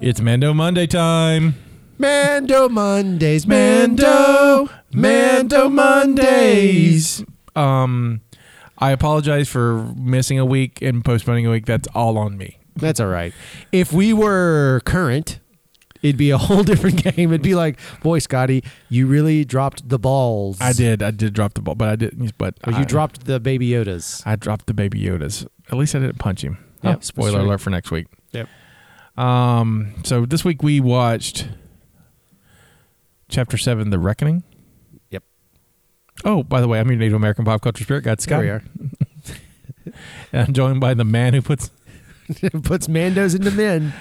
It's Mando Monday time. Mando Mondays, Mando, Mando Mondays. Um, I apologize for missing a week and postponing a week. That's all on me. That's all right. If we were current, it'd be a whole different game. It'd be like, boy, Scotty, you really dropped the balls. I did. I did drop the ball, but I didn't. But Or you I- dropped the baby Yodas. I dropped the baby Yodas. At least I didn't punch him. Yep, Oh, that's spoiler right. alert for next week. Yep. Um. So this week we watched Chapter Seven, The Reckoning. Yep. Oh, by the way, I'm your Native American pop culture spirit guide, Scott. There we are. And I'm joined by the man who puts. Puts Mandos into men.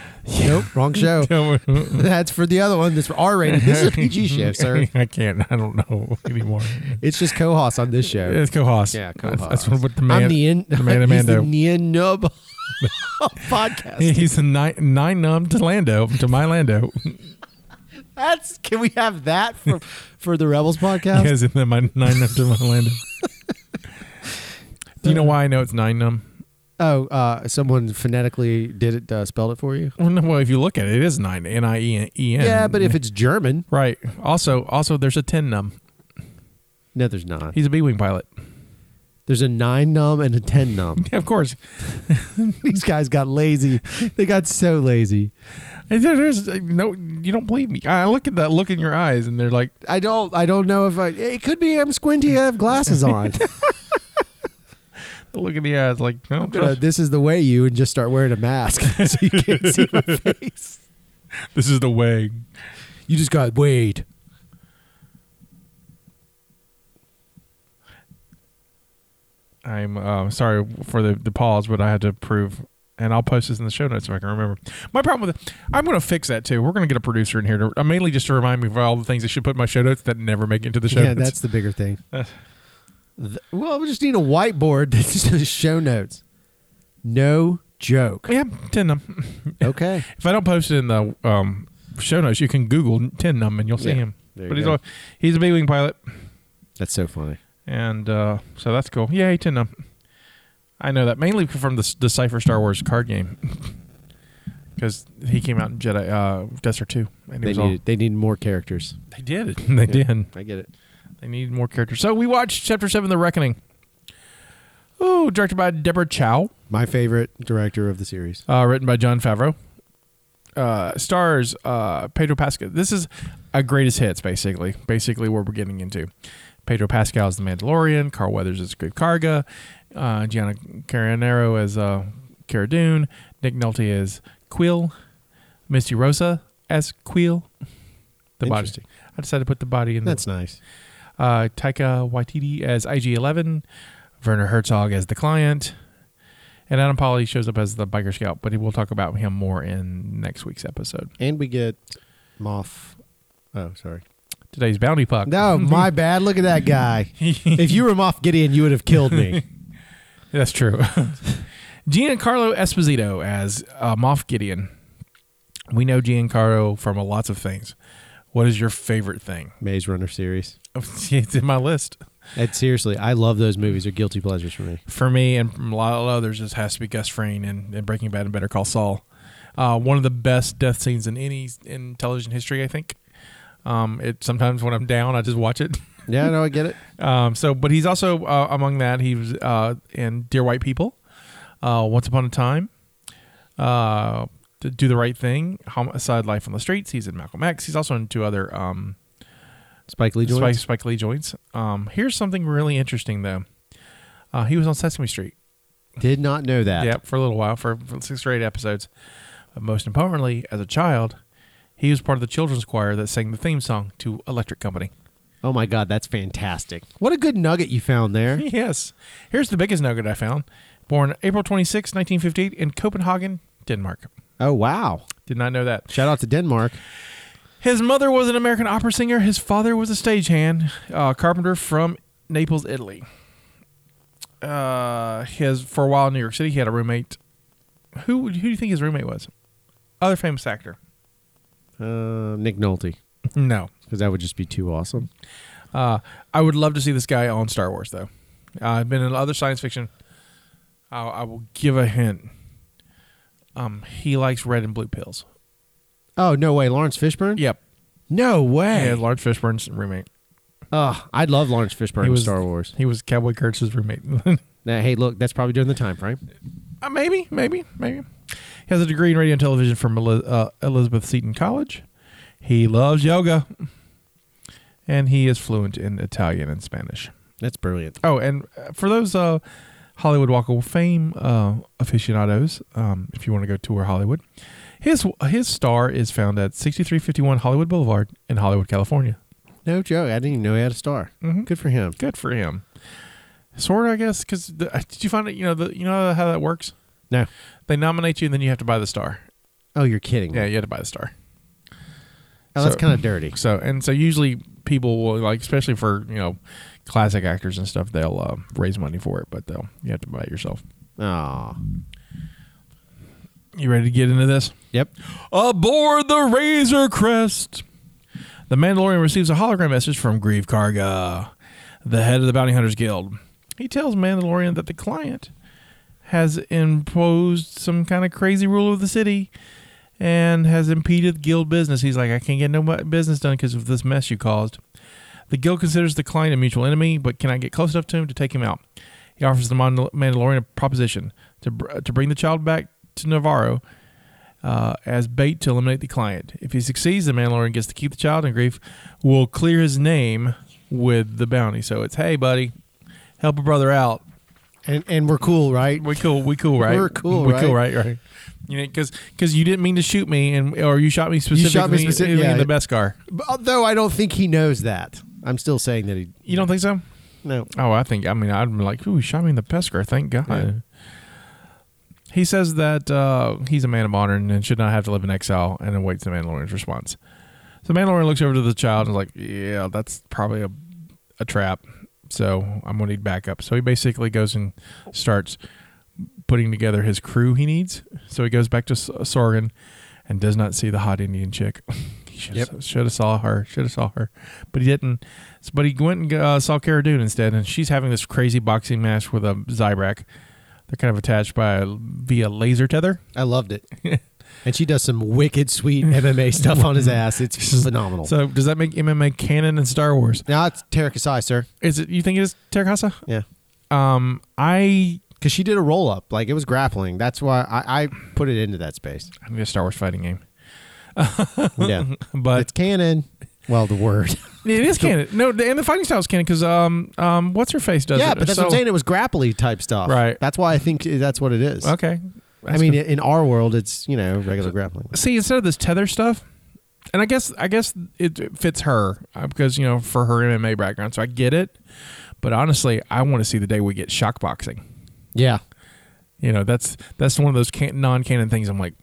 Nope, wrong show. I That's for the other one. That's R rated. This is a PG show, sir. can't. I don't know anymore. It's just Kohos on this show. It's Kohas. Yeah, That's- That's Kohas. what the man. I'm the in, the man he's the Amando. Nian Nub podcast. He's the nine, nine numb to Lando to my Lando. That's can we have that for for the Rebels podcast? Yes, and then my nine numb to my Lando. Do you know why I know it's nine numb? Oh, uh, someone phonetically did it, uh, spelled it for you. Well, no, well, if you look at it, it is nine. N i e n e n. Yeah, but if it's German, right. Also, also, there's a ten num. no, there's not. He's a B-wing pilot. There's a nine num and a ten num. Yeah, of course. These guys got lazy. They got so lazy. And there- There's uh, no. You don't believe me. I look at that look in your eyes, and they're like, I don't. I don't know if I. It could be I'm squinty. I have glasses on. look in the eyes, like, I don't Uh, trust- this is the way you and just start wearing a mask so you can't see my face. this is the way. You just got weighed. I'm uh, sorry for the, the pause, but I had to prove, and I'll post this in the show notes if I can remember. My problem with it, I'm going to fix that too. We're going to get a producer in here to uh, mainly just to remind me of all the things I should put in my show notes that never make it into the show Yeah, notes. that's the bigger thing. Th- well, we just need a whiteboard that's just show notes. No joke. yeah, ten num. Okay. If I don't post it in the um, show notes, you can Google ten num and you'll see Yeah, him. there But you he's go. al- he's a B wing pilot, That's so funny. and uh, so that's cool. Yay, ten num. I know that mainly from the s- the Cipher Star Wars card game. Because he came out in Jedi uh, Desert Two, and he They was all, needed, they needed more characters. They did. They did. I get it. They needed more characters. So we watched Chapter 7, The Reckoning. Oh, directed by Deborah Chow, My favorite director of the series. uh, written by John Favreau. Uh, stars uh, Pedro Pascal. This is a greatest hits, basically. Basically, what we're getting into. Pedro Pascal is the Mandalorian. Carl Weathers is Grief Karga. Uh, Gianna Carranero as uh, Cara Dune. Nick Nolte as Quill. Misty Rosa as Quill. The body. Interesting. I decided to put the body in. the- That's nice. uh, Taika Waititi as IG-11, Werner Herzog as the client, and Adam Polly shows up as the biker scout. But we'll talk about him more in next week's episode. And we get Moff. Oh, sorry. Today's bounty puck. No, my bad. Look at that guy. if you were Moff Gideon, you would have killed me. that's true. Giancarlo Esposito as uh, Moff Gideon. We know Giancarlo from a lots of things. What is your favorite thing? Maze Runner series. it's in my list. And seriously, I love those movies. They're guilty pleasures for me. for me and from a lot of others, this has to be Gus Fring and, and Breaking Bad and Better Call Saul. Uh, one of the best death scenes in any in television history, I think. Um, it sometimes when I'm down, I just watch it. Yeah, no, I get it. Um, so, but he's also uh, among that. He was uh, in Dear White People, uh, Once Upon a Time, uh, to Do the Right Thing, Homicide: Life on the Streets. He's in Malcolm X. He's also in two other um, Spike Lee Spike, joins. Spike Lee joints. Um, here's something really interesting though. Uh, he was on Sesame Street. Did not know that. Yeah, for a little while, for, for six or eight episodes. But most importantly, as a child, he was part of the children's choir that sang the theme song to Electric Company. Oh my God, that's fantastic. What a good nugget you found there. Yes. Here's the biggest nugget I found. Born April 26, 1958, in Copenhagen, Denmark. Oh, wow. Did not know that. Shout out to Denmark. His mother was an American opera singer. His father was a stagehand, uh, carpenter from Naples, Italy. Uh, his for a while in New York City, he had a roommate. Who who do you think his roommate was? Other famous actor? Uh, Nick Nolte, No. because that would just be too awesome. Uh, I would love to see this guy on Star Wars though. Uh, I've been in other science fiction. I, I will give a hint. Um, he likes red and blue pills. Oh, no way. Lawrence Fishburne? Yep. No way. Yeah, Lawrence Fishburne's roommate. Ugh, I'd love Lawrence Fishburne He in was- Star Wars. He was Cowboy Kurtz's roommate. Now, hey, look, that's probably during the time frame. Uh, maybe, maybe, maybe. He has a degree in radio and television from Eli- uh, Elizabeth Seton College. He loves yoga, and he is fluent in Italian and Spanish. That's brilliant. Oh, and uh, for those uh, Hollywood Walk of Fame uh, aficionados, um, if you want to go tour Hollywood, his his star is found at 6351 Hollywood Boulevard in Hollywood, California. No joke. I didn't even know he had a star. Mhm. Good for him. Good for him. Sort of, I guess, because did you find it? You know, the, you know how that works. No. They nominate you, and then you have to buy the star. Oh, you're kidding. Yeah, me. you had to buy the star. Oh, that's So- kind of dirty. So and so usually people will like, especially for you know, classic actors and stuff, they'll uh, raise money for it, but they'll you have to buy it yourself. Oh. You ready to get into this? Yep. Aboard the Razor Crest, the Mandalorian receives a hologram message from Grieve Karga, the head of the Bounty Hunters Guild. He tells Mandalorian that the client has imposed some kind of crazy rule of the city and has impeded guild business. He's like, I can't get no mu- business done because of this mess you caused. The guild considers the client a mutual enemy, but can I get close enough to him to take him out? He offers the Mandal- Mandalorian a proposition to br- to bring the child back to Navarro uh, as bait to eliminate the client. If he succeeds, the Mandalorian gets to keep the child, and Grief will clear his name with the bounty. So it's, hey, buddy, help a brother out. And and we're cool, right? We cool, we cool, right? We're cool, we cool, right? Right. You know, because you didn't mean to shoot me, and or you shot me specifically, specific- in yeah. the best car. But Although I don't think he knows that. I'm still saying that he. You don't think so? No. Oh, I think. I mean, I'd be like, "Ooh, he shot me in the Pescar." Thank God. Yeah. He says that uh, he's a man of honor and should not have to live in exile, and awaits the Mandalorian's response. So Mandalorian looks over to the child and is like, "Yeah, that's probably a a trap. So I'm gonna need backup." So he basically goes and starts putting together his crew he needs. So he goes back to S- Sorgan and does not see the hot Indian chick. he should have Yep. should have saw her. Should have saw her, but he didn't. So- But he went and uh, saw Cara Dune instead, and she's having this crazy boxing match with a Zybrack. They're kind of attached by a, via laser tether. I loved it. and she does some wicked sweet MMA stuff on his ass. It's phenomenal. So does that make MMA canon in Star Wars? now it's Tara Kasai, sir. Is it? You think it is Terracasa? Yeah. Um, I Because she did a roll up. Like it was grappling. That's why I, I put it into that space. I need a Star Wars fighting game, Yeah. but it's canon. Well, the word. it is canon. No, the- and the fighting style is canon because um um what's her face does it. yeah, but that's what I'm So- saying. It was grapply type stuff. Right. That's why I think that's what it is. Okay. I mean, in our world, it's you know regular grappling. see instead of this tether stuff and i guess i guess it it fits her uh, because you know for her mma background so i get it but honestly i want to see the day we get shock boxing Yeah. you know that's that's one of those can- non-canon things i'm like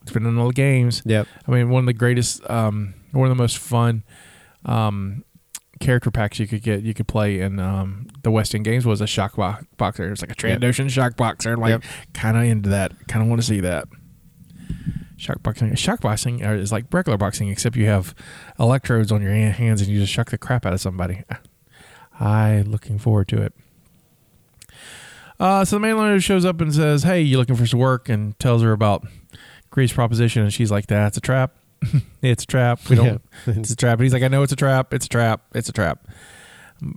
it's been in all the games Yep. i mean one of the greatest um one of the most fun um character packs you could get you could play in um the west end games was a shock bo- boxer it was like a Yep. trandoshan shock boxer like Yep. kind of into that kind of want to see that shock boxing shock boxing uh, is like regular boxing except you have electrodes on your ha- hands and you just shock the crap out of somebody i looking forward to it uh, so the mainliner shows up and says hey you looking for some work and tells her about Grease proposition and she's like that's a trap it's a trap we don't Yeah. it's a trap and he's like i know it's a trap it's a trap it's a trap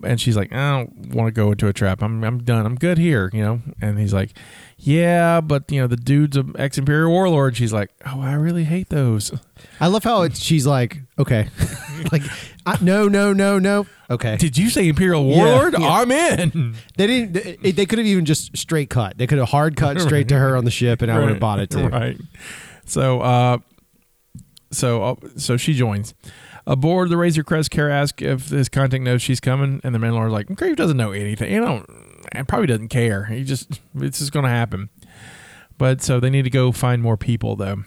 and she's like, I don't want to go into a trap. I'm, I'm done. I'm good here, you know. And he's like, Yeah, but you know the dude's an ex Imperial warlord. She's like, Oh, I really hate those. I love how it's, she's like, okay, like, I, no, no, no, no. Okay, Did you say Imperial warlord? yeah. I'm in. they didn't. They, they could have even just straight cut. They could have hard cut straight to her on the ship, and I would have bought it too. Right. So, uh, so, uh, so she joins. Aboard the Razor Crest, Kara asks if his contact knows she's coming, and the Mandalorian's like, Grave doesn't know anything. He don't, and probably doesn't care. He just, it's just going to happen. But so they need to go find more people, though.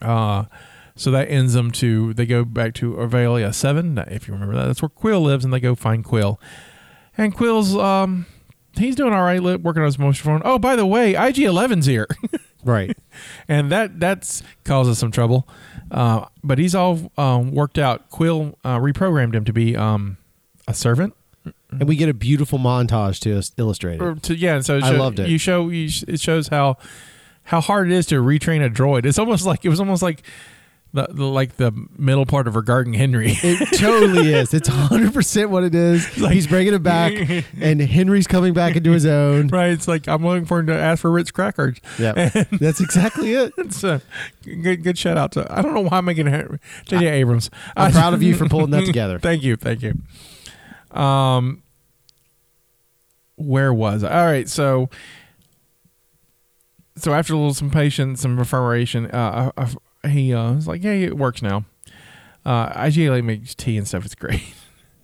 Uh, so that ends them to, they go back to Orvalia 7, if you remember that. That's where Quill lives, and they go find Quill. And Quill's, um, he's doing all right, li- working on his motion phone. Oh, by the way, IG 11's here. Right. and that that's causes some trouble. Uh, but he's all um, worked out. Quill uh, reprogrammed him to be um, a servant. and we get a beautiful montage to us- illustrate Or it. to, yeah, and so it I show- loved it. You show you sh- it shows how how hard it is to retrain a droid. It's almost like it was almost like the, the like the middle part of regarding Henry. It totally is. It's 100% what it is. like- He's bringing it back, and Henry's coming back into his own. right? It's like I'm looking for him to ask for Ritz crackers. Yeah. That's exactly it. It's a good good shout out to I don't know why I'm making Henry- J.J. Abrams. I'm I- proud of you for pulling that together. Thank you, thank you. Um, where was I? All right, so so after a little some patience, some referration, uh, I, I, he uh, was like, "Hey, it works now." Uh, IGLA makes tea and stuff. It's great.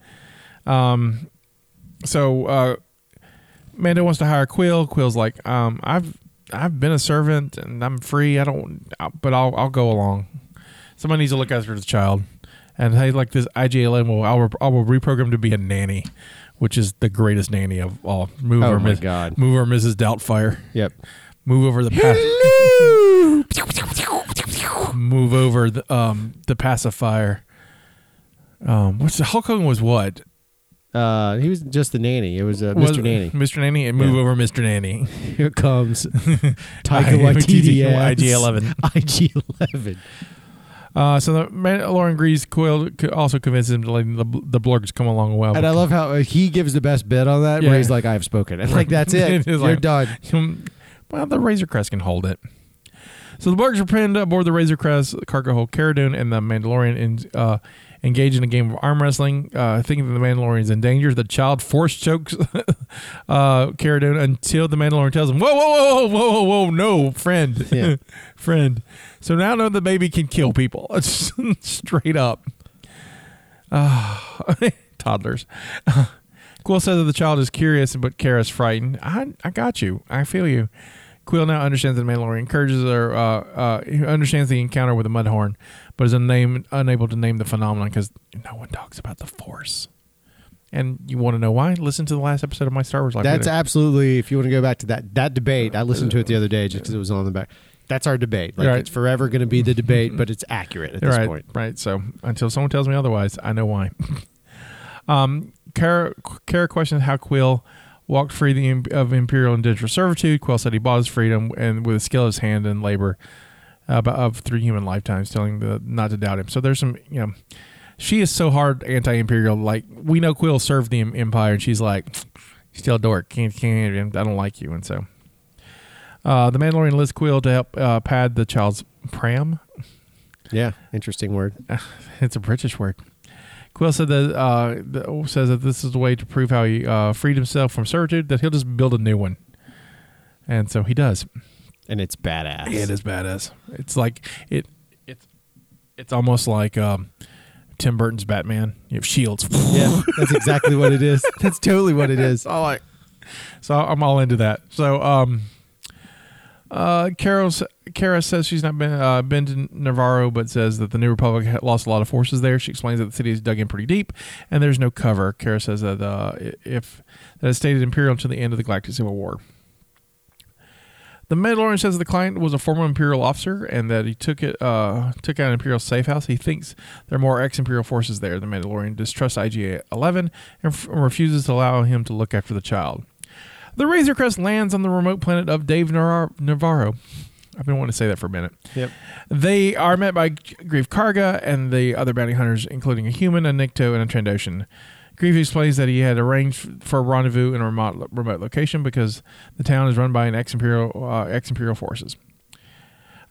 um, so uh, Mando wants to hire Quill. Quill's like, um, "I've I've been a servant and I'm free. I don't, I- but I'll I'll go along." Someone needs to look after the child. And hey, like this IGLM will I will, I will reprogram to be a nanny, which is the greatest nanny of all. Move Oh over, my Miss- God. Move over, Mrs. Doubtfire. Yep. Move over the pac- move over the um the pacifier. Um, what's the Hulk Hogan was what Uh, he was just the nanny. It was uh, Mr. Was- nanny. Mr. Nanny, and move Yeah. over Mr. Nanny. Here comes Taika IMDb, Waititi. as IG-11. IG-11. Uh, so the Mandalorian agrees. Quill co- also convinces him to let the the blurgs come along well. And I love how uh, he gives the best bit on that, Yeah. where he's like, "I've spoken," and like that's it. It's You're like- done. Um, well, the Razor Crest can hold it. So the Borgs are pinned aboard the Razor Crest cargo hold Carradune and the Mandalorian in, uh, engage in a game of arm wrestling, uh, thinking that the Mandalorian's in danger. The child force chokes uh, Carradune until the Mandalorian tells him, "Whoa, whoa, whoa, whoa, whoa, whoa, no, friend, Yeah. friend." So now I know the baby can kill people. It's straight up. Ah, toddlers. Quill says that the child is curious, but Kara's frightened. I, I got you. I feel you. Quill now understands that the Mandalorian encourages her. Uh, uh, he understands the encounter with the Mudhorn, but is unnamed, unable to name the phenomenon because no one talks about the Force. And you want to know why? Listen to the last episode of my Star Wars life. That's Minute. absolutely. If you want to go back to that that debate, I listened to it the other day just because it was on the back. That's our debate. Like Right. it's forever going to be the debate, but it's accurate at this right, point. right. So until someone tells me otherwise, I know why. um, Kara, Kara questions how Quill walked free the, im- of Imperial indentured servitude. Quill said he bought his freedom and with the skill of his hand and labor uh, b- of three human lifetimes, telling the not to doubt him. So there's some, you know, she is so hard anti-imperial. Like we know Quill served the em- Empire, and she's like, still a dork. Can't, can't. I don't like you, and so. Uh, the Mandalorian lists Quill to help uh, pad the child's pram Yeah, interesting word. it's a British word. Quill said that uh, th- says that this is the way to prove how he uh, freed himself from servitude. That he'll just build a new one, and so he does. And it's badass. It is badass. It's like it. It's it's almost like um, Tim Burton's Batman. You have shields. Yeah, that's exactly what it is. That's totally what it is. I like. So I'm all into that. So um, uh, Carol's, Kara says she's not been uh, been to Navarro, but says that the New Republic had lost a lot of forces there. She explains that the city is dug in pretty deep and there's no cover. Kara says that uh, i- if that it stayed Imperial until the end of the Galactic Civil War. The Mandalorian says the client was a former Imperial officer and that he took it uh, took out an Imperial safe house. He thinks there are more ex-Imperial forces there. The Mandalorian distrusts IGA Eleven and f- refuses to allow him to look after the child. The Razor Crest lands on the remote planet of Dave Navar- Navarro. I've been wanting to say that for a minute. Yep. They are met by Grief Karga and the other bounty hunters, including a human, a Nikto, and a Trandoshan. Grief explains that he had arranged for a rendezvous in a remote, remote location because the town is run by an ex-imperial uh, ex-imperial forces.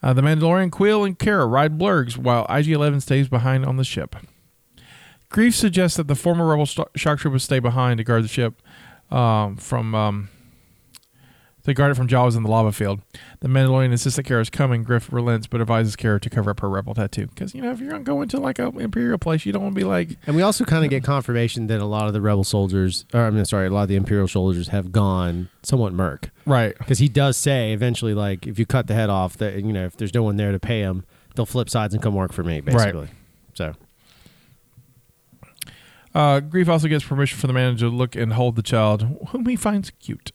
Uh, the Mandalorian, Quill, and Kara ride Blurgs while IG-11 stays behind on the ship. Grief suggests that the former rebel st- shock troopers stay behind to guard the ship um, from um, They guard it from Jawas in the lava field. The Mandalorian insists that Kara's coming. Griff relents, but advises Kara to cover up her rebel tattoo. Because you know, if you're gonna go into like a imperial place, you don't want to be like And we also kind of get confirmation that a lot of the rebel soldiers, or I mean, sorry, a lot of the imperial soldiers have gone somewhat merc right. because he does say eventually, like, if you cut the head off, that you know, if there's no one there to pay him, they'll flip sides and come work for me, basically. So Uh, Grief also gets permission from the manager to look and hold the child, whom he finds cute.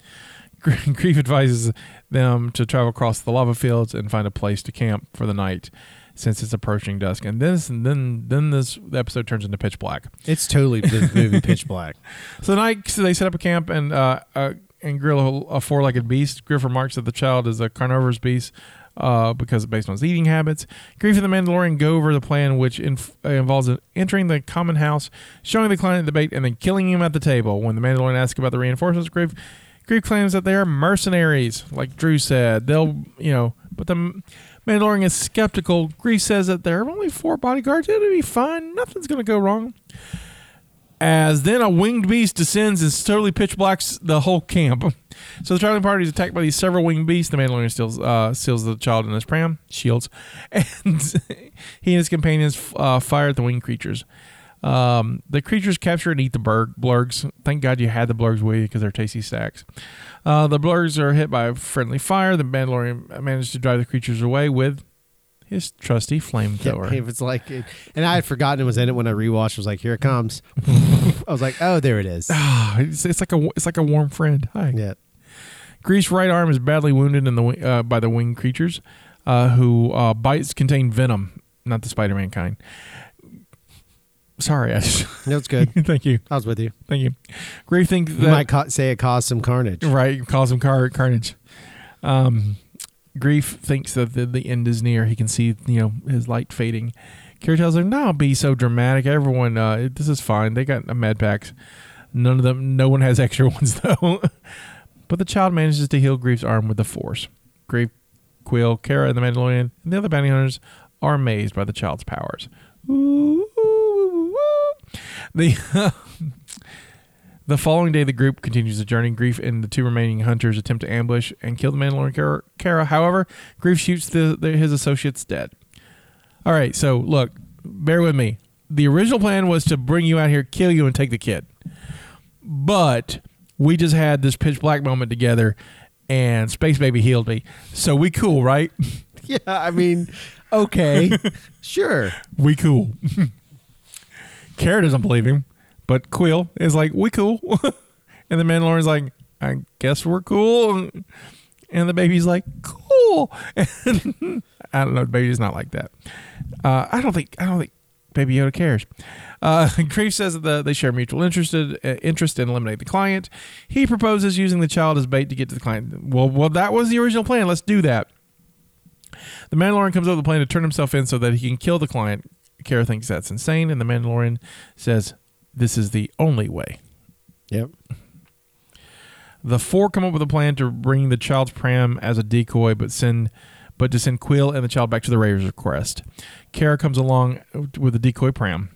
Gr- Grief advises them to travel across the lava fields and find a place to camp for the night, since it's approaching dusk. And this, and then, then this episode turns into pitch black. it's totally the movie pitch black. So the night, so they set up a camp and uh, uh, and grill a, a four-legged beast. Griff remarks that the child is a carnivorous beast uh, because based on his eating habits. Grief and the Mandalorian go over the plan, which inf- uh, involves entering the common house, showing the client the bait, and then killing him at the table. When the Mandalorian asks about the reinforcements, Grief Grief claims that they are mercenaries, like Drew said. They'll, you know, but the Mandalorian is skeptical. Grief says that there are only four bodyguards. It'll be fine. Nothing's going to go wrong as then a winged beast descends and totally pitch blacks the whole camp. So the traveling party is attacked by these several winged beasts. The Mandalorian steals, uh, seals the child in his pram, shields, and he and his companions uh, fire at the winged creatures. Um, the creatures capture and eat the berg- blurgs. Thank God you had the blurgs with you because they're tasty snacks. Uh, the blurgs are hit by friendly fire. The Mandalorian managed to drive the creatures away with his trusty flamethrower. if it's like, and I had forgotten it was in it when I rewatched. I was like, here it comes. I was like, oh, there it is. Ah, it's, it's like a it's like a warm friend. Hi. Yeah. Grease's right arm is badly wounded in the wi- uh, by the winged creatures, uh, who uh, bites contain venom, not the Spider-Man kind. Sorry, I just, That's good. thank you, I was with you. thank you. Grief thinks You that might ca- say it caused some carnage. right cause some car- carnage. Um, Grief thinks that the, the end is near. He can see you know his light fading. Kara tells him, "No, be so dramatic. Everyone, uh, it- this is fine. They got a med packs. None of them. No one has extra ones though." but the child manages to heal Grief's arm with the Force. Grief, Quill, Kara, and the Mandalorian, and the other bounty hunters are amazed by the child's powers. Ooh, ooh, ooh, ooh. The The following day, the group continues the journey. Grief and the two remaining hunters attempt to ambush and kill the Mandalorian Kara. Kara. However, Grief shoots the, the, his associates dead. All right, so look, bear with me. The original plan was to bring you out here, kill you, and take the kid. But we just had this pitch black moment together, and Space Baby healed me. So we cool, right? Yeah, I mean, okay, sure. we cool. Kara doesn't believe him, but Quill is like, we cool. and the Mandalorian's like, I guess we're cool. And the baby's like, cool. And I don't know, the baby's not like that. Uh, I don't think I don't think Baby Yoda cares. Uh, Grief says that the- they share mutual interested uh, interest and eliminate the client. He proposes using the child as bait to get to the client. Well, well, that was the original plan. Let's do that. The Mandalorian comes up with a plan to turn himself in so that he can kill the client. Kara thinks that's insane, and the Mandalorian says, This is the only way. Yep. The four come up with a plan to bring the child's pram as a decoy, but send but to send Quill and the child back to the Raiders' request. Kara comes along with the decoy pram.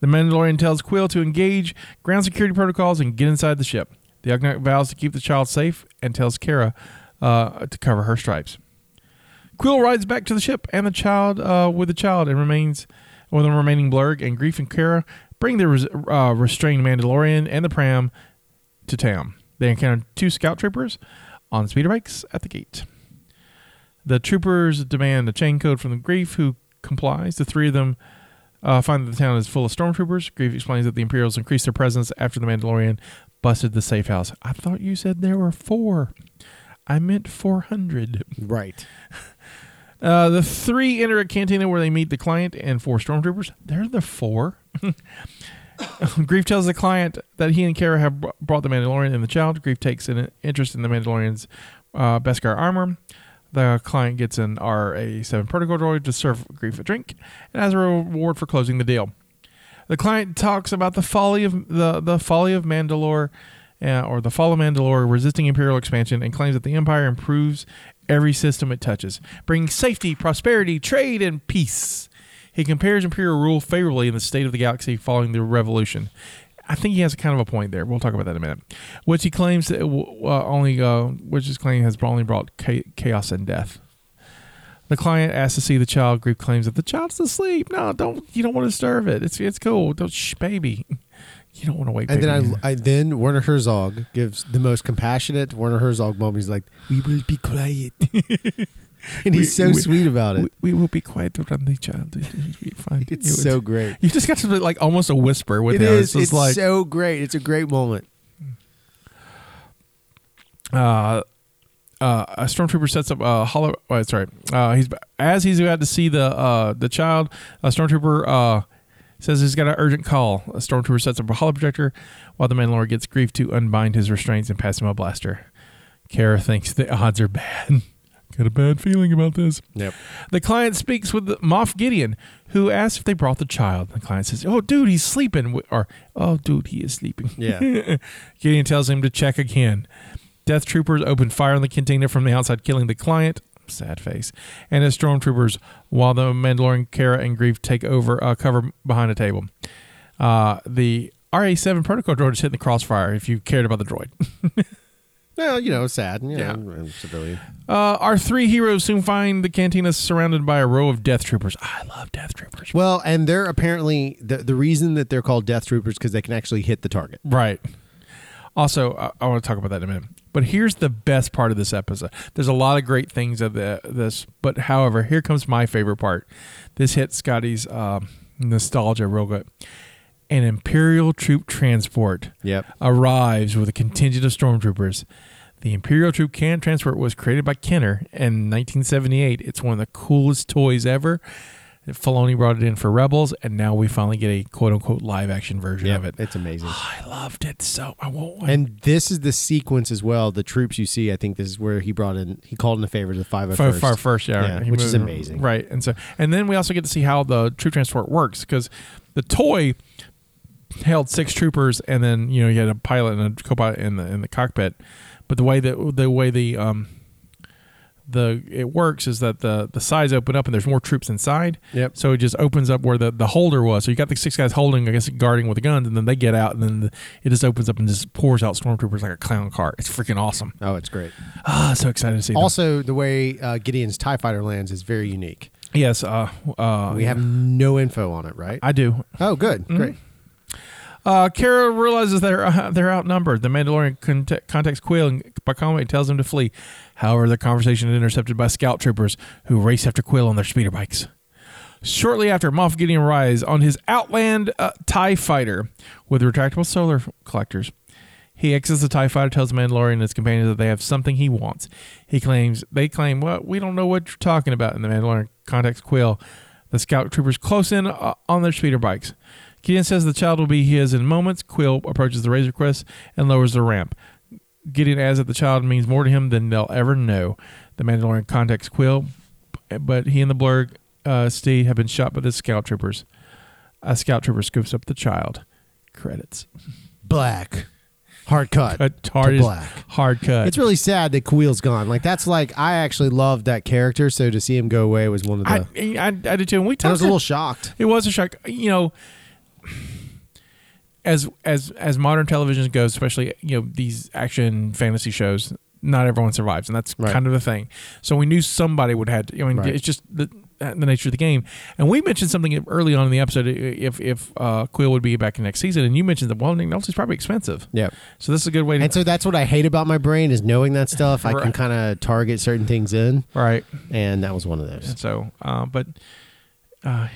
The Mandalorian tells Quill to engage ground security protocols and get inside the ship. The Ugnaught vows to keep the child safe and tells Kara uh, to cover her stripes. Quill rides back to the ship and the child uh, with the child and remains with the remaining blurg and grief and Kara bring the res- uh, restrained Mandalorian and the pram to town. They encounter two scout troopers on speeder bikes at the gate. The troopers demand a chain code from the Grief, who complies. The three of them uh, find that the town is full of stormtroopers. Grief explains that the Imperials increased their presence after the Mandalorian busted the safe house. I thought you said there were four. I meant 400. Right. Uh, the three enter a cantina where they meet the client and four stormtroopers. They're the four. Grief tells the client that he and Kara have br- brought the Mandalorian and the child. Grief takes an interest in the Mandalorian's uh, Beskar armor. The client gets an RA7 protocol droid to serve Grief a drink and as a reward for closing the deal. The client talks about the folly of the, the folly of Mandalore, uh, or the fall of Mandalore, resisting Imperial expansion, and claims that the Empire improves every system it touches, bringing safety, prosperity, trade, and peace. He compares Imperial rule favorably in the state of the galaxy following the revolution. I think he has kind of a point there. We'll talk about that in a minute. Which he claims that w- uh, only, uh, which his claim has only brought cha- chaos and death. The client asks to see the child. Grief claims that the child's asleep. No, don't. You don't want to disturb it. It's it's cool. Don't shh, baby. You don't want to wake. And baby. then I, I then Werner Herzog gives the most compassionate Werner Herzog moment. He's like, "We will be quiet," and he's We- so we- sweet about it. we, we will be quiet around the child. It will be fine. it's You- so great. You just got to like almost a whisper with It him. is. just It's like so great. It's a great moment. uh, uh, a stormtrooper sets up a hollow. Oh, sorry, uh, he's as he's about to see the uh, the child. A stormtrooper uh, says he's got an urgent call. A stormtrooper sets up a hollow projector, while the Mandalorian gets grief to unbind his restraints and pass him a blaster. Kara thinks the odds are bad. got a bad feeling about this. Yep. The client speaks with Moff Gideon, who asks if they brought the child. The client says, "Oh, dude, he's sleeping," or "Oh, dude, he is sleeping." Yeah. Gideon tells him to check again. Death troopers open fire on the container from the outside, killing the client. Sad face. And his stormtroopers, while the Mandalorian, Kara, and Grief take over uh, cover behind a table. Uh, the RA-7 protocol droid is hitting the crossfire. If you cared about the droid. Well, you know, sad. You Yeah. yeah. Know, I'm civilian. Uh, our three heroes soon find the cantina surrounded by a row of death troopers. I love death troopers. Well, and they're apparently the the reason that they're called death troopers because they can actually hit the target. Right. Also, I, I want to talk about that in a minute. But here's the best part of this episode. There's a lot of great things of the, this, but however, here comes my favorite part. This hit Scotty's um, nostalgia real good. An Imperial troop transport Yep. arrives with a contingent of stormtroopers. The Imperial troop can transport was created by Kenner in 1978. It's one of the coolest toys ever. Filoni brought it in for Rebels, and now we finally get a quote unquote live action version Yeah, of it. it's amazing. I loved it so. I want one. And this is the sequence as well. The troops you see, I think this is where he brought in. He called in a favor to the five oh Far, far oh first, yeah, Yeah, He which is moved- amazing. right? And so, and then we also get to see how the troop transport works because the toy held six troopers, and then you know you had a pilot and a co-pilot in the in the cockpit. But the way that the way the um the it works is that the the sides open up and there's more troops inside. Yep. So it just opens up where the the holder was. So you got the six guys holding, I guess, guarding with the guns, and then they get out, and then the, it just opens up and just pours out stormtroopers like a clown car. It's freaking awesome. Oh, it's great. Ah, so excited to see. them. Also, the way uh, Gideon's Tie Fighter lands is very unique. Yes, uh, uh, We have no info on it, right? I Mm-hmm. do. oh, good, great. Uh, Kara realizes they're uh, they're outnumbered. The Mandalorian contact, contacts Quill and Bakama and tells him to flee. However, their conversation is intercepted by scout troopers who race after Quill on their speeder bikes. Shortly after, Moff Gideon arrives on his Outland uh, TIE fighter with retractable solar collectors. He exits the TIE fighter, tells Mandalorian and his companions that they have something he wants. He claims, they claim, well, we don't know what you're talking about. And the Mandalorian contacts Quill. The scout troopers close in uh, on their speeder bikes. Gideon says the child will be his in moments. Quill approaches the razor crest and lowers the ramp. Gideon adds that the child means more to him than they'll ever know. The Mandalorian contacts Quill, but he and the blur uh, Steve have been shot by the scout troopers. A scout trooper scoops up the child. Credits. Black, hard cut. A hard, black. hard cut. It's really sad that Kweel's gone. Like that's like I actually loved that character, so to see him go away was one of the. I, I, I, I did too. And we talked. was a little shocked. It was a shock. You know, as as as modern television goes, especially you know these action fantasy shows, not everyone survives, and that's Right. kind of the thing. So we knew somebody would have. To, I mean, Right. it's just the uh, the nature of the game. And we mentioned something early on in the episode. If if uh, Quill would be back next season, and you mentioned that well, Nick Nolte's probably expensive. Yeah. So this is a good way to. And so that's what I hate about my brain is knowing that stuff. I can Right. kind of target certain things in, all right. and that was one of those. And so, uh, but uh,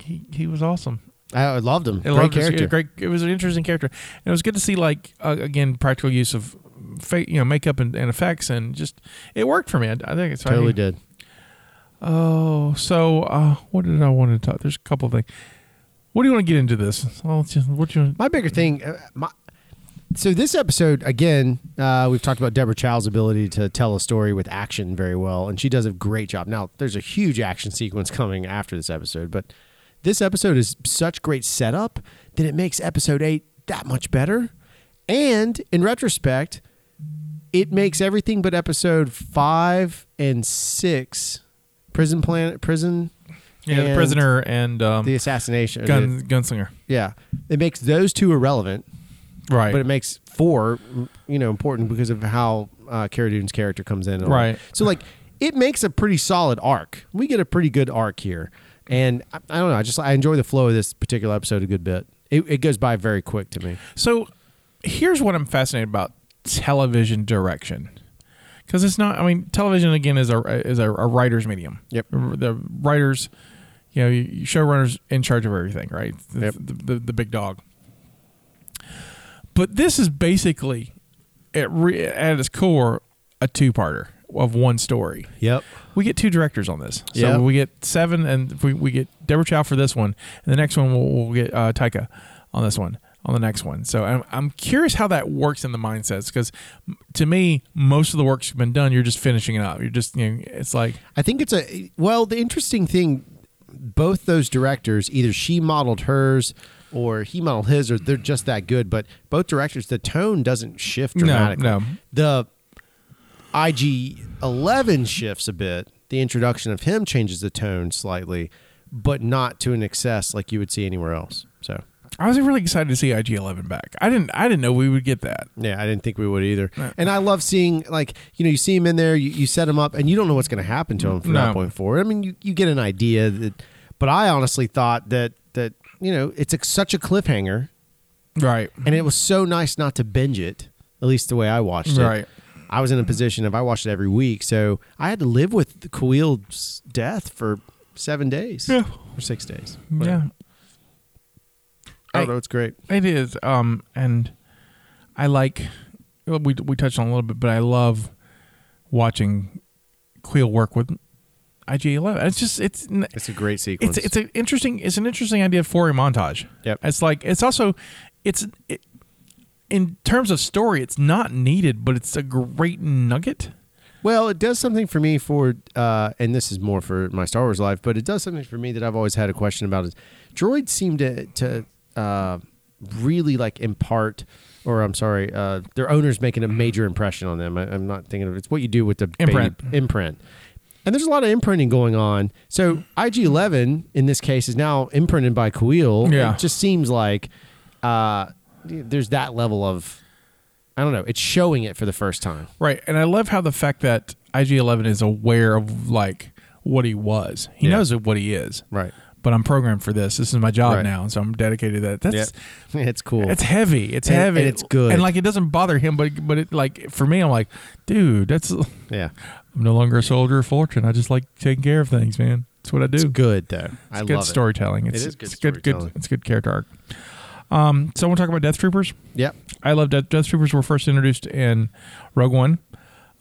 he he was awesome. I loved him. I great loved it. It was character. a Great. It was an interesting character, and it was good to see like uh, again practical use of fake, you know, makeup and, and effects, and just it worked for me. I, I think it's Totally did. Oh, so uh, what did I want to talk? There's a couple of things. What do you want to get into this? Well, it's just- what do you? My bigger thing, uh, my so this episode again, uh, we've talked about Deborah Chow's ability to tell a story with action very well, and she does a great job. Now, there's a huge action sequence coming after this episode, but this episode is such great setup that it makes episode eight that much better. And in retrospect, it makes everything but episode five and six, prison planet, prison, Yeah, the and prisoner and um, the assassination, gun gunslinger. yeah. It makes those two irrelevant Right. But it makes four, you know, important because of how uh, Cara Dune's character comes in. and all that. Right. So like, it makes a pretty solid arc. We get a pretty good arc here, and I, I don't know. I just I enjoy the flow of this particular episode a good bit. It, it goes by very quick to me. So here's what I'm fascinated about television direction. Because it's not, I mean, television again is a is a, a writer's medium. Yep. The writers, you know, you- showrunners in charge of everything, right? The, Yep. the, the, the big dog. But this is basically, at, re, at its core, a two parter of one story. Yep. We get two directors on this. So Yeah. we get seven, and if we, we get Deborah Chow for this one, and the next one we'll, we'll get uh, Taika on this one, on the next one. So I'm, I'm curious how that works in the mindsets because to me, most of the work's been done. You're just finishing it up. You're just, you know, it's like, I think it's a well. The interesting thing, both those directors, either she modeled hers or he modeled his, or they're just that good. But both directors, the tone doesn't shift No, dramatically. no. The IG eleven shifts a bit. The introduction of him changes the tone slightly, but not to an excess like you would see anywhere else. So I was really excited to see IG Eleven back. I didn't, I didn't know we would get that. Yeah, I didn't think we would either. And I love seeing like you know you see him in there, you, you set him up, and you don't know what's going to happen to him from No. that point forward. I mean, you, you get an idea that, but I honestly thought that that you know it's a, such a cliffhanger, Right. and it was so nice not to binge it. At least the way I watched it. Right. I was in a position if I watched it every week, so I had to live with Khalil's death for seven days Yeah. or six days. Yeah. I Hey. don't know. It's great. It is, um, and I like. well, We we touched on it a little bit, but I love watching Queel work with IG Eleven. It's just it's n- It's a great sequence. it's it's an interesting it's an interesting idea for a montage. Yep. It's like it's also it's it, in terms of story, it's not needed, but it's a great nugget. Well, it does something for me for, uh, and this is more for my Star Wars life, but it does something for me that I've always had a question about. Is droids seem to to uh, really like impart, or I'm sorry, uh, their owners making a major impression on them. I, I'm not thinking of it's what you do with the baby- Imprint. imprint. And there's a lot of imprinting going on. So IG11 in this case is now imprinted by Kuil. Yeah. It just seems like uh, there's that level of, I don't know, it's showing it for the first time. Right, and I love how the fact that IG Eleven is aware of like what he was. He Yeah. knows what he is. Right. But I'm programmed for this. This is my job Right. now, and so I'm dedicated to that. That's it's cool. It's heavy. It's And- heavy. and it's good. And like it doesn't bother him, but but it like for me, I'm like, dude, that's I'm yeah. no longer a soldier of fortune. I just like taking care of things, man. That's what I do. It's good though. It's I good love storytelling. It's, is good it's good, good. storytelling. It's good character arc. Um, so I want to talk about Death Troopers. It. Yep. I love Death, Death Troopers. Were first introduced in Rogue One.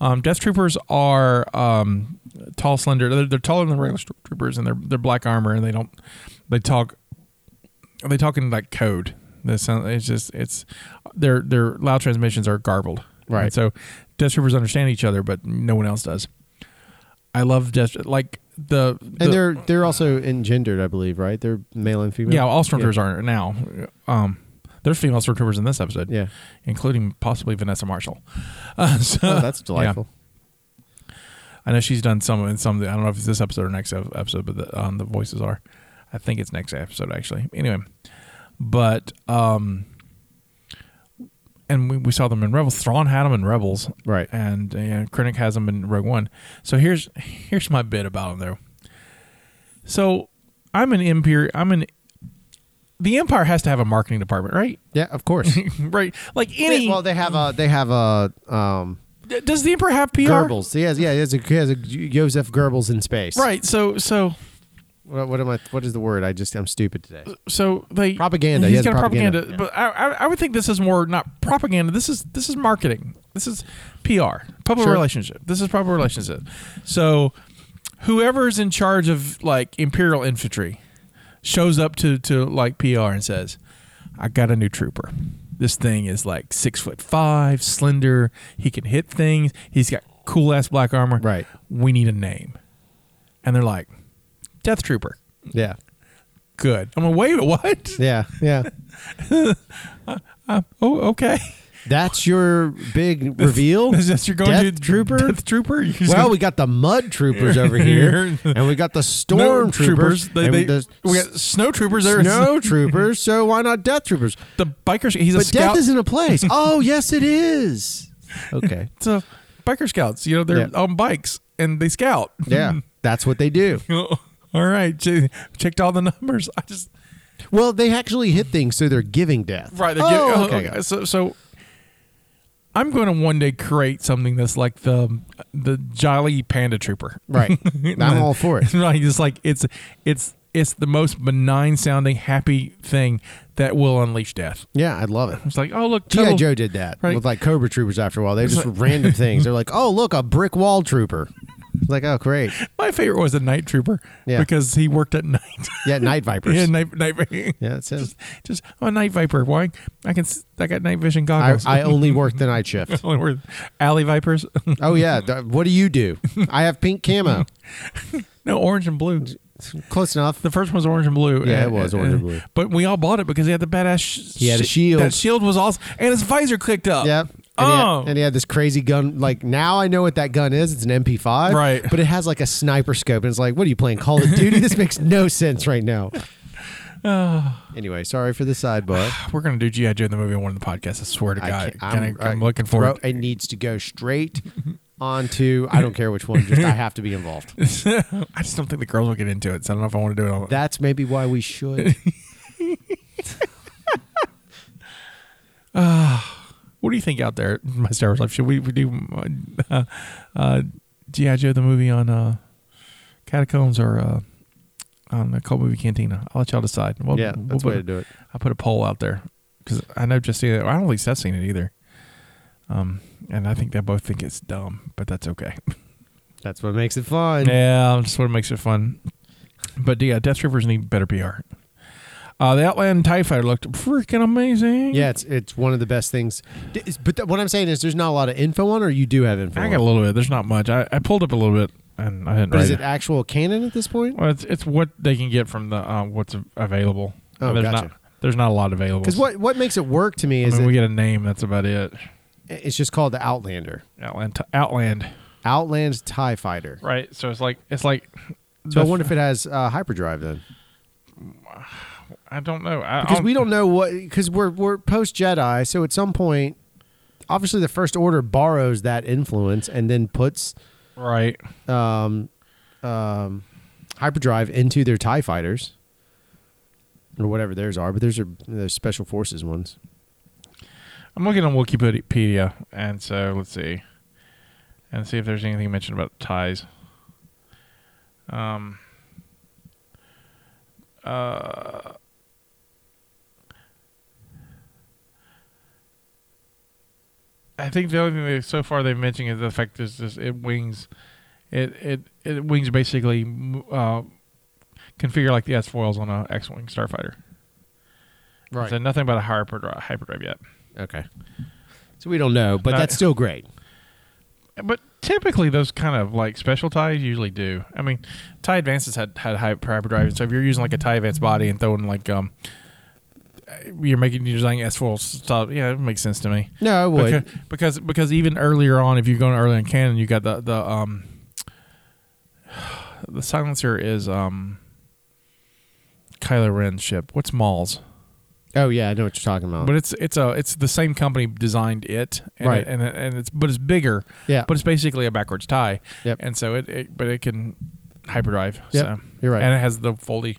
Um, Death Troopers are um, tall, slender. They're, they're taller than regular stro- troopers, and they're they're black armor, and they don't they talk they talk in like code. That sound it's just it's their their loud transmissions are garbled. Right. And so Death Troopers understand each other, but no one else does. I love Death like the, the And they're they're also engendered, I believe, right? They're male and female. yeah all stormtroopers are now. Um, there's female stormtroopers in this episode. Yeah. including possibly Vanessa Marshall. Uh, so, Oh, that's yeah. delightful. I know she's done some in some. I don't know if it's this episode or next ep- episode, but the, um, the voices are. I think it's next episode actually. Anyway, but um, and we, we saw them in Rebels. Thrawn had them in Rebels, Right. And uh, Krennic has them in Rogue One. So here's here's my bit about them though. So I'm an Empire. I'm an. The Empire has to have a marketing department, right? Yeah, of course. right. Like any. They- well, they have a they have a um D- Does the Emperor have PR? Goebbels. He has yeah, he has a, he has a Joseph Goebbels in space. Right. So so What, what am I what is the word? I just I'm stupid today. so they Propaganda. He He's has got a propaganda, propaganda. but I, I I would think this is more not propaganda. This is this is marketing. This is PR, public Sure. relationship. This is public relationship. So whoever is in charge of like imperial infantry shows up to to like PR and says, "I got a new trooper." This thing is like six foot five, slender. He can hit things. He's got cool ass black armor. Right. We need a name, and they're like, "Death Trooper." Yeah. good. I'm like, wait, what? Yeah. Yeah. Oh, okay. That's your big reveal. Is this your going Death to trooper? Death trooper? You're just well, gonna- we got the mud troopers over here, and we got the No, storm troopers, They, and they, the we got snow troopers. There, snow troopers. So why not death troopers? the biker. sc- He's a But scout. death isn't a place. oh, yes, it is. Okay. so biker scouts. You know, they're Yeah. on bikes and they scout. Oh, Yeah, that's what they do. all right, che- checked all the numbers. I just Well, they actually hit things, so they're giving death. right. they're Oh, giving- okay. So, so I'm going to one day create something that's like the the Jolly Panda Trooper. Right. I'm all for it. right it's like it's it's it's the most benign sounding happy thing that will unleash death Yeah, I'd love it. it's like oh look G.I. total- Joe did that Right. with like Cobra Troopers after a while. They just random things. They're like, oh, look, a brick wall trooper. It's like, oh, great. my favorite was a night trooper Yeah. because he worked at night Yeah, night vipers. yeah night night yeah that's it. just just oh, a night viper why i can s- i got night vision I, goggles I only work the night shift. only word alley vipers Oh, yeah. th- What do you do? I have pink camo. no orange and blue Close enough. the first one was orange and blue. Yeah, it Uh, was orange and blue. But we all bought it because he had the badass. Sh- He had a sh- shield. That shield was awesome, and his visor clicked up. Yep. And, he oh, had, and he had this crazy gun. Like now, I know what that gun is. It's an MP5, Right. But it has like a sniper scope, and it's like, what are you playing, Call of Duty? this makes no sense right now. anyway, sorry for the sidebar. We're gonna do GI Joe the movie on one of the podcasts. I swear to I God, can't- I'm, I'm I- looking forward. Bro, it needs to go straight onto. I don't care which one. Just I have to be involved. I just don't think the girls will get into it. So I don't know if I want to do it. All- That's maybe why we should. what do you think out there, my Star Wars life? Should we, we do uh, uh, GI Joe the movie on uh, Catacombs or uh, on the Cold Movie Cantina? I'll let y'all decide. We'll, yeah, we'll that's the put way a- to do it. I'll put a poll out there because I know Justina. I don't think Seth's seen it either. Um, and I think they both think it's dumb, but that's okay. That's what makes it fun. Yeah, that's what makes it fun. But yeah, Death Troopers need better PR. Uh, the Outland Tie Fighter looked freaking amazing. Yeah, it's it's one of the best things. D- is- But th- what I'm saying is, there's not a lot of info on, it, or you do have info. I on got it? a little bit. There's not much. I, I pulled up a little bit, and I didn't. But write is it. it actual canon at this point? Well, it's it's what they can get from the uh, what's available. Oh, there's gotcha. not there's not a lot available. Because what what makes it work to me I is mean, we that get a name. That's about it. it's just called the Outlander, Outland Outland. Outland Tie E Fighter. Right. So it's like it's like. So I the- wonder if it has uh, hyperdrive then, I don't know. I, because we don't know what because we're we're post Jedi, so at some point, obviously the First Order borrows that influence and then puts Right. um, um, hyperdrive into their Tie Fighters or whatever theirs are, but theirs are those Special Forces ones. I'm looking on Wikipedia, and so let's see, and see if there's anything mentioned about ties. Um. Uh. I think the only thing they, so far they've mentioned is the fact is this it wings, it it it wings basically uh, configure like the S foils on a X wing starfighter. So nothing about a hyperdrive hyperdrive yet. Okay. So we don't know, but Uh, that's still great. But typically, those kind of like special ties usually do. I mean, tie advances had had high hyperdrive. So if you're using like a tie advance body and throwing like um, you're making you're designing S foil stuff. Yeah, it makes sense to me. No, it would. Because, because because even earlier on, if you're going early in canon, you got the the um, the silencer is um, Kylo Ren's ship. What's Maul's? Oh yeah, I know what you're talking about. But it's it's a it's the same company designed it, and Right. It, and it, and it's but it's bigger. Yeah. But it's basically a backwards tie. Yep. And so it, it but it can hyperdrive. Yep, So you're right. And it has the foldy.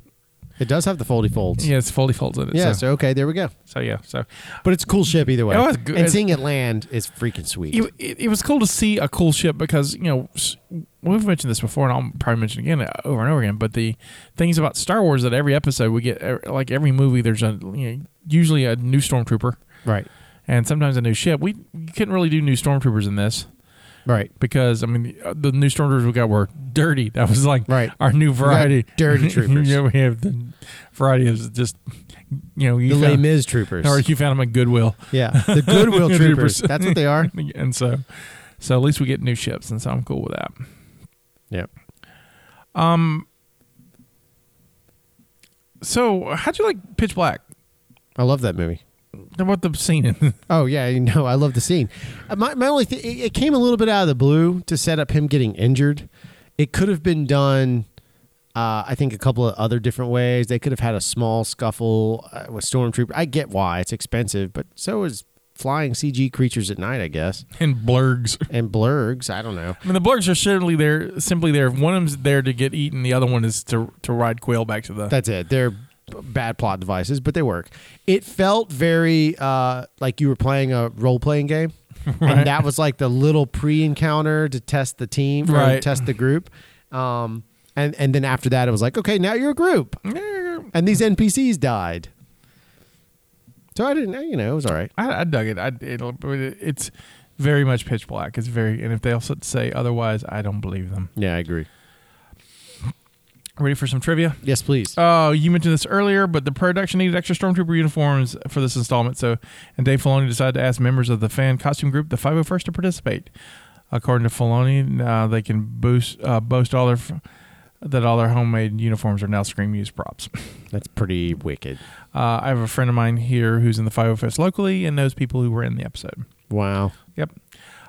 it does have the foldy folds. Yeah, it's foldy folds in it. Yeah, So, so okay, there we go. so yeah. So But it's a cool ship either way. It was good. And seeing it land is freaking sweet. it, it, it was cool to see a cool ship because you know s- we've mentioned this before, and I'll probably mention it again uh, over and over again. But the things about Star Wars that every episode we get, uh, like every movie, there's a you know, usually a new stormtrooper right. and sometimes a new ship. We you couldn't really do new stormtroopers in this. Right. because I mean the, the new stormtroopers we got were dirty. That was like Right. our new variety. dirty troopers. yeah, we have the variety is just you know you The Les found, Mis troopers. or you found them at Goodwill, yeah. The Goodwill Troopers. troopers. That's what they are. and so so at least we get new ships, and so I'm cool with that. Yep. Um. So how'd you like Pitch Black? I love that movie. What the scene in? Oh yeah, you know I love the scene. Uh, My my only thing it, it came a little bit out of the blue to set up him getting injured. It could have been done. Uh, I think a couple of other different ways. They could have had a small scuffle uh, with stormtrooper. I get why it's expensive, but so is flying CG creatures at night, I guess, in Blurgs. and blurgs. I don't know. I mean, the Blurgs are certainly there, simply there. One of them's there to get eaten, the other one is to to ride Quail back to the. That's it. They're b- bad plot devices, but they work. It felt very uh, like you were playing a role playing game, and that was like the little pre encounter to test the team or Right. test the group. Um, and and then after that, it was like, okay, now you're a group, Eh, and these NPCs died. So I didn't, you know, it was all right. I, I dug it. I, it'll, it's very much pitch black. It's very, and if they also say otherwise, I don't believe them. Yeah, I agree. Ready for some trivia? Yes, please. Oh, you mentioned this earlier, but the production needed extra stormtrooper uniforms for this installment, so and Dave Filoni decided to ask members of the fan costume group, the 501st, to participate. According to Filoni, uh, they can boost, uh, boast all their f- that all their homemade uniforms are now scream used props. That's pretty wicked. Uh, I have a friend of mine here who's in the 501st locally and knows people who were in the episode. Wow. Yep.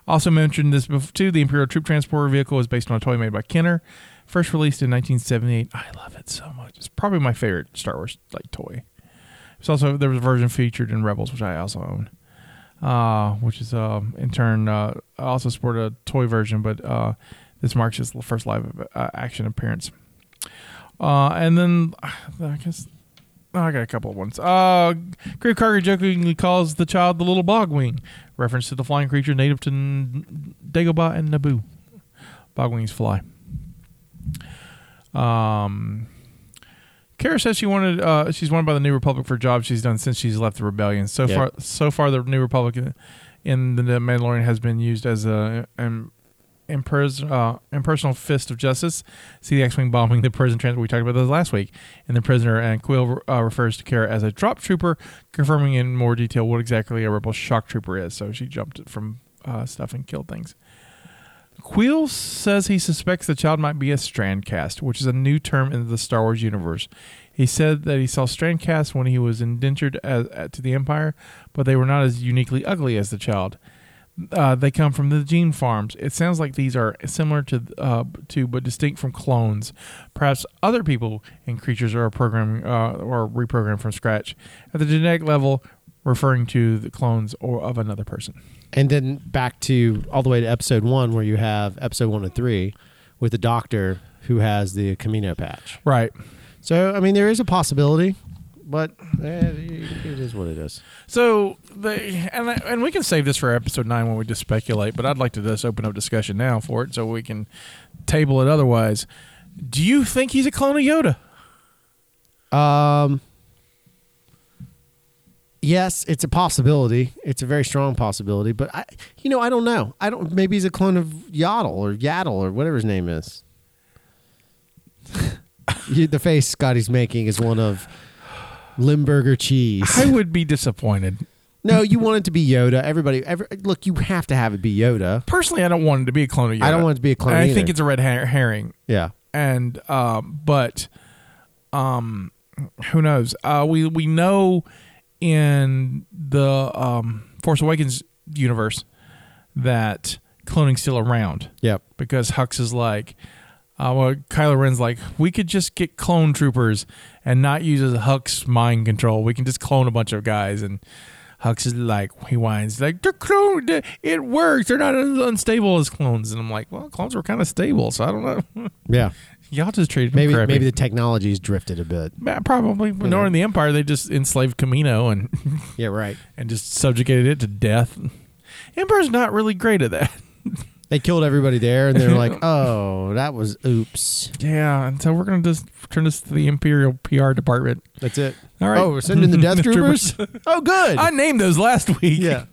Also mentioned this before too. The Imperial Troop Transporter vehicle is based on a toy made by Kenner, first released in 1978. I love it so much. It's probably my favorite Star Wars like toy. It's also there was a version featured in Rebels, which I also own, uh, which is um, in turn uh, I also sport a toy version, but uh, this marks his first live uh, action appearance. Uh, and then I guess Oh, I got a couple of ones. Uh, Grave Cargo jokingly calls the child the little bogwing, reference to the flying creature native to N- Dagobah and Naboo. Bogwings fly. Um, Kara says she wanted. Uh, she's wanted by the New Republic for jobs she's done since she's left the rebellion. So Yep. far, so far, the New Republic in, in the Mandalorian has been used as a an impers- uh, impersonal fist of justice. See the X-wing bombing the prison transport. We talked about this last week. And the prisoner and Quill uh, refers to Kara as a drop trooper, confirming in more detail what exactly a rebel shock trooper is. So she jumped it from uh, stuff and killed things. Quill says he suspects the child might be a strandcast, which is a new term in the Star Wars universe. He said that he saw strandcasts when he was indentured as, uh, to the Empire, but they were not as uniquely ugly as the child. Uh, they come from the gene farms. It sounds like these are similar to uh, to but distinct from clones. Perhaps other people and creatures are programmed uh, or reprogrammed from scratch at the genetic level, referring to the clones or of another person. And then back to all the way to episode one, where you have episode one and three with the doctor who has the Camino patch. Right. So, I mean, there is a possibility, but eh, it is what it is. So they and and we can save this for episode nine when we just speculate. But I'd like to just open up discussion now for it, so we can table it. Otherwise, do you think he's a clone of Yoda? Um, yes, it's a possibility. It's a very strong possibility, but I, you know, I don't know. I don't. Maybe he's a clone of Yaddle or Yaddle or whatever his name is. You- the face Scotty's making is one of Limburger cheese. I would be disappointed. No, you want it to be Yoda. Everybody, every, look, you have to have it be Yoda. Personally, I don't want it to be a clone of Yoda. I don't want it to be a clone And I either. think it's a red her- herring. Yeah, and um, but um, who knows? Uh, we we know in the um, Force Awakens universe that cloning's still around yep, because Hux is like, uh, well, Kylo Ren's like, we could just get clone troopers and not use as Hux mind control. We can just clone a bunch of guys and. Hux is like he whines like they're cloned. It works. They're not as unstable as clones. And I'm like, well, clones were kind of stable, so I don't know. yeah. Y'all just treated him Maybe crappy. maybe the technology's drifted a bit. Yeah, probably. When they were in the Empire, they just enslaved Camino and Yeah, right. and just subjugated it to death. Empire's not really great at that. They killed everybody there, and they're like, "Oh, that was oops." Yeah, and so we're gonna just turn this to the Imperial PR department. That's it. All right. Oh, we're sending the death The troopers. oh, good. I named those last week. yeah.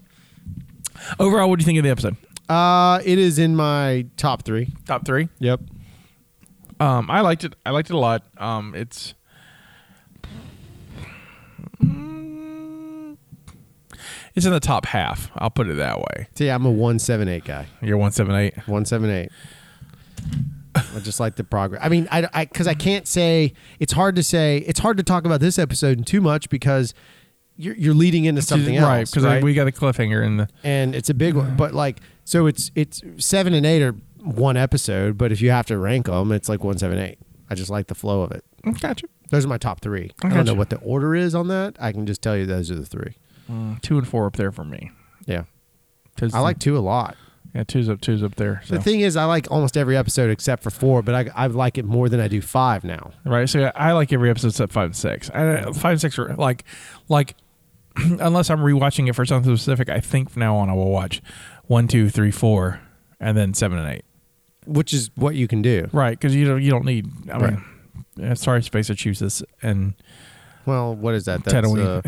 Overall, what do you think of the episode? Uh, it is in my top three. Top three. Yep. Um, I liked it. I liked it a lot. Um, it's. Mm, It's in the top half. I'll put it that way. See, I'm a one seven eight guy. You're one seven eight. One seven eight. I just like the progress. I mean, I because I, can't say it's hard to say it's hard to talk about this episode too much because you're, you're leading into something else, right? Because we got the cliffhanger in the and it's a big one. But like, so it's it's seven and eight are one episode, but if you have to rank them, it's like one, seven, eight. I just like the flow of it. gotcha. Those are my top three. I I don't know gotcha. what the order is on that. I can just tell you those are the three. mm, Two and four up there for me. Yeah, Two's I like two a lot. yeah, two's up, two's up there. So. The thing is, I like almost every episode except for four, but I, I like it more than I do five now. right? So I I like every episode except five and six. I, five and six are like, like, unless I'm rewatching it for something specific, I think from now on I will watch one, two, three, four, and then seven and eight. Which is what you can do. Right? Because you don't you don't need. I Right. mean, yeah, sorry, Spacer chooses and Well, what is that? That's Tatooine.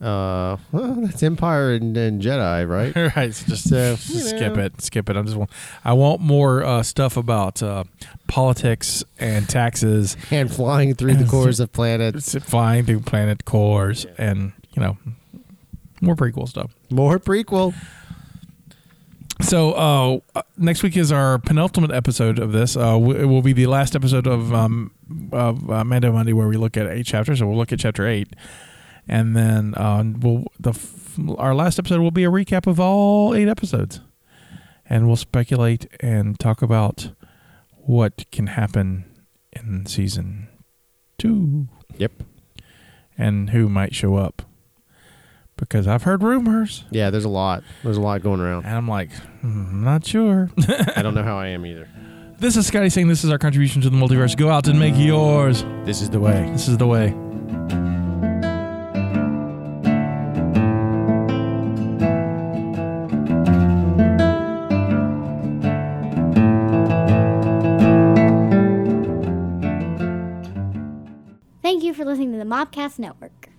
uh, uh, well, that's Empire and, and Jedi, right? right. it's just So, uh, just you know. skip it, skip it. I just want I want more uh, stuff about uh, politics and taxes. and flying through the cores of planets. It's flying through planet cores and you know more prequel stuff. More prequel. So uh, next week is our penultimate episode of this. Uh, w- it will be the last episode of um, of uh, Mando Monday where we look at eight chapters. So we'll look at chapter eight, and then uh, we'll the f- our last episode will be a recap of all eight episodes, and we'll speculate and talk about what can happen in season two Yep. and who might show up. Because I've heard rumors, Yeah, there's a lot. There's a lot going around. and I'm like, "Hmm, I'm not sure. I don't know how I am either. This is Scotty saying this is our contribution to the multiverse. Go out and make yours. This is the way. This is the way. Thank you for listening to the Mobcast Network.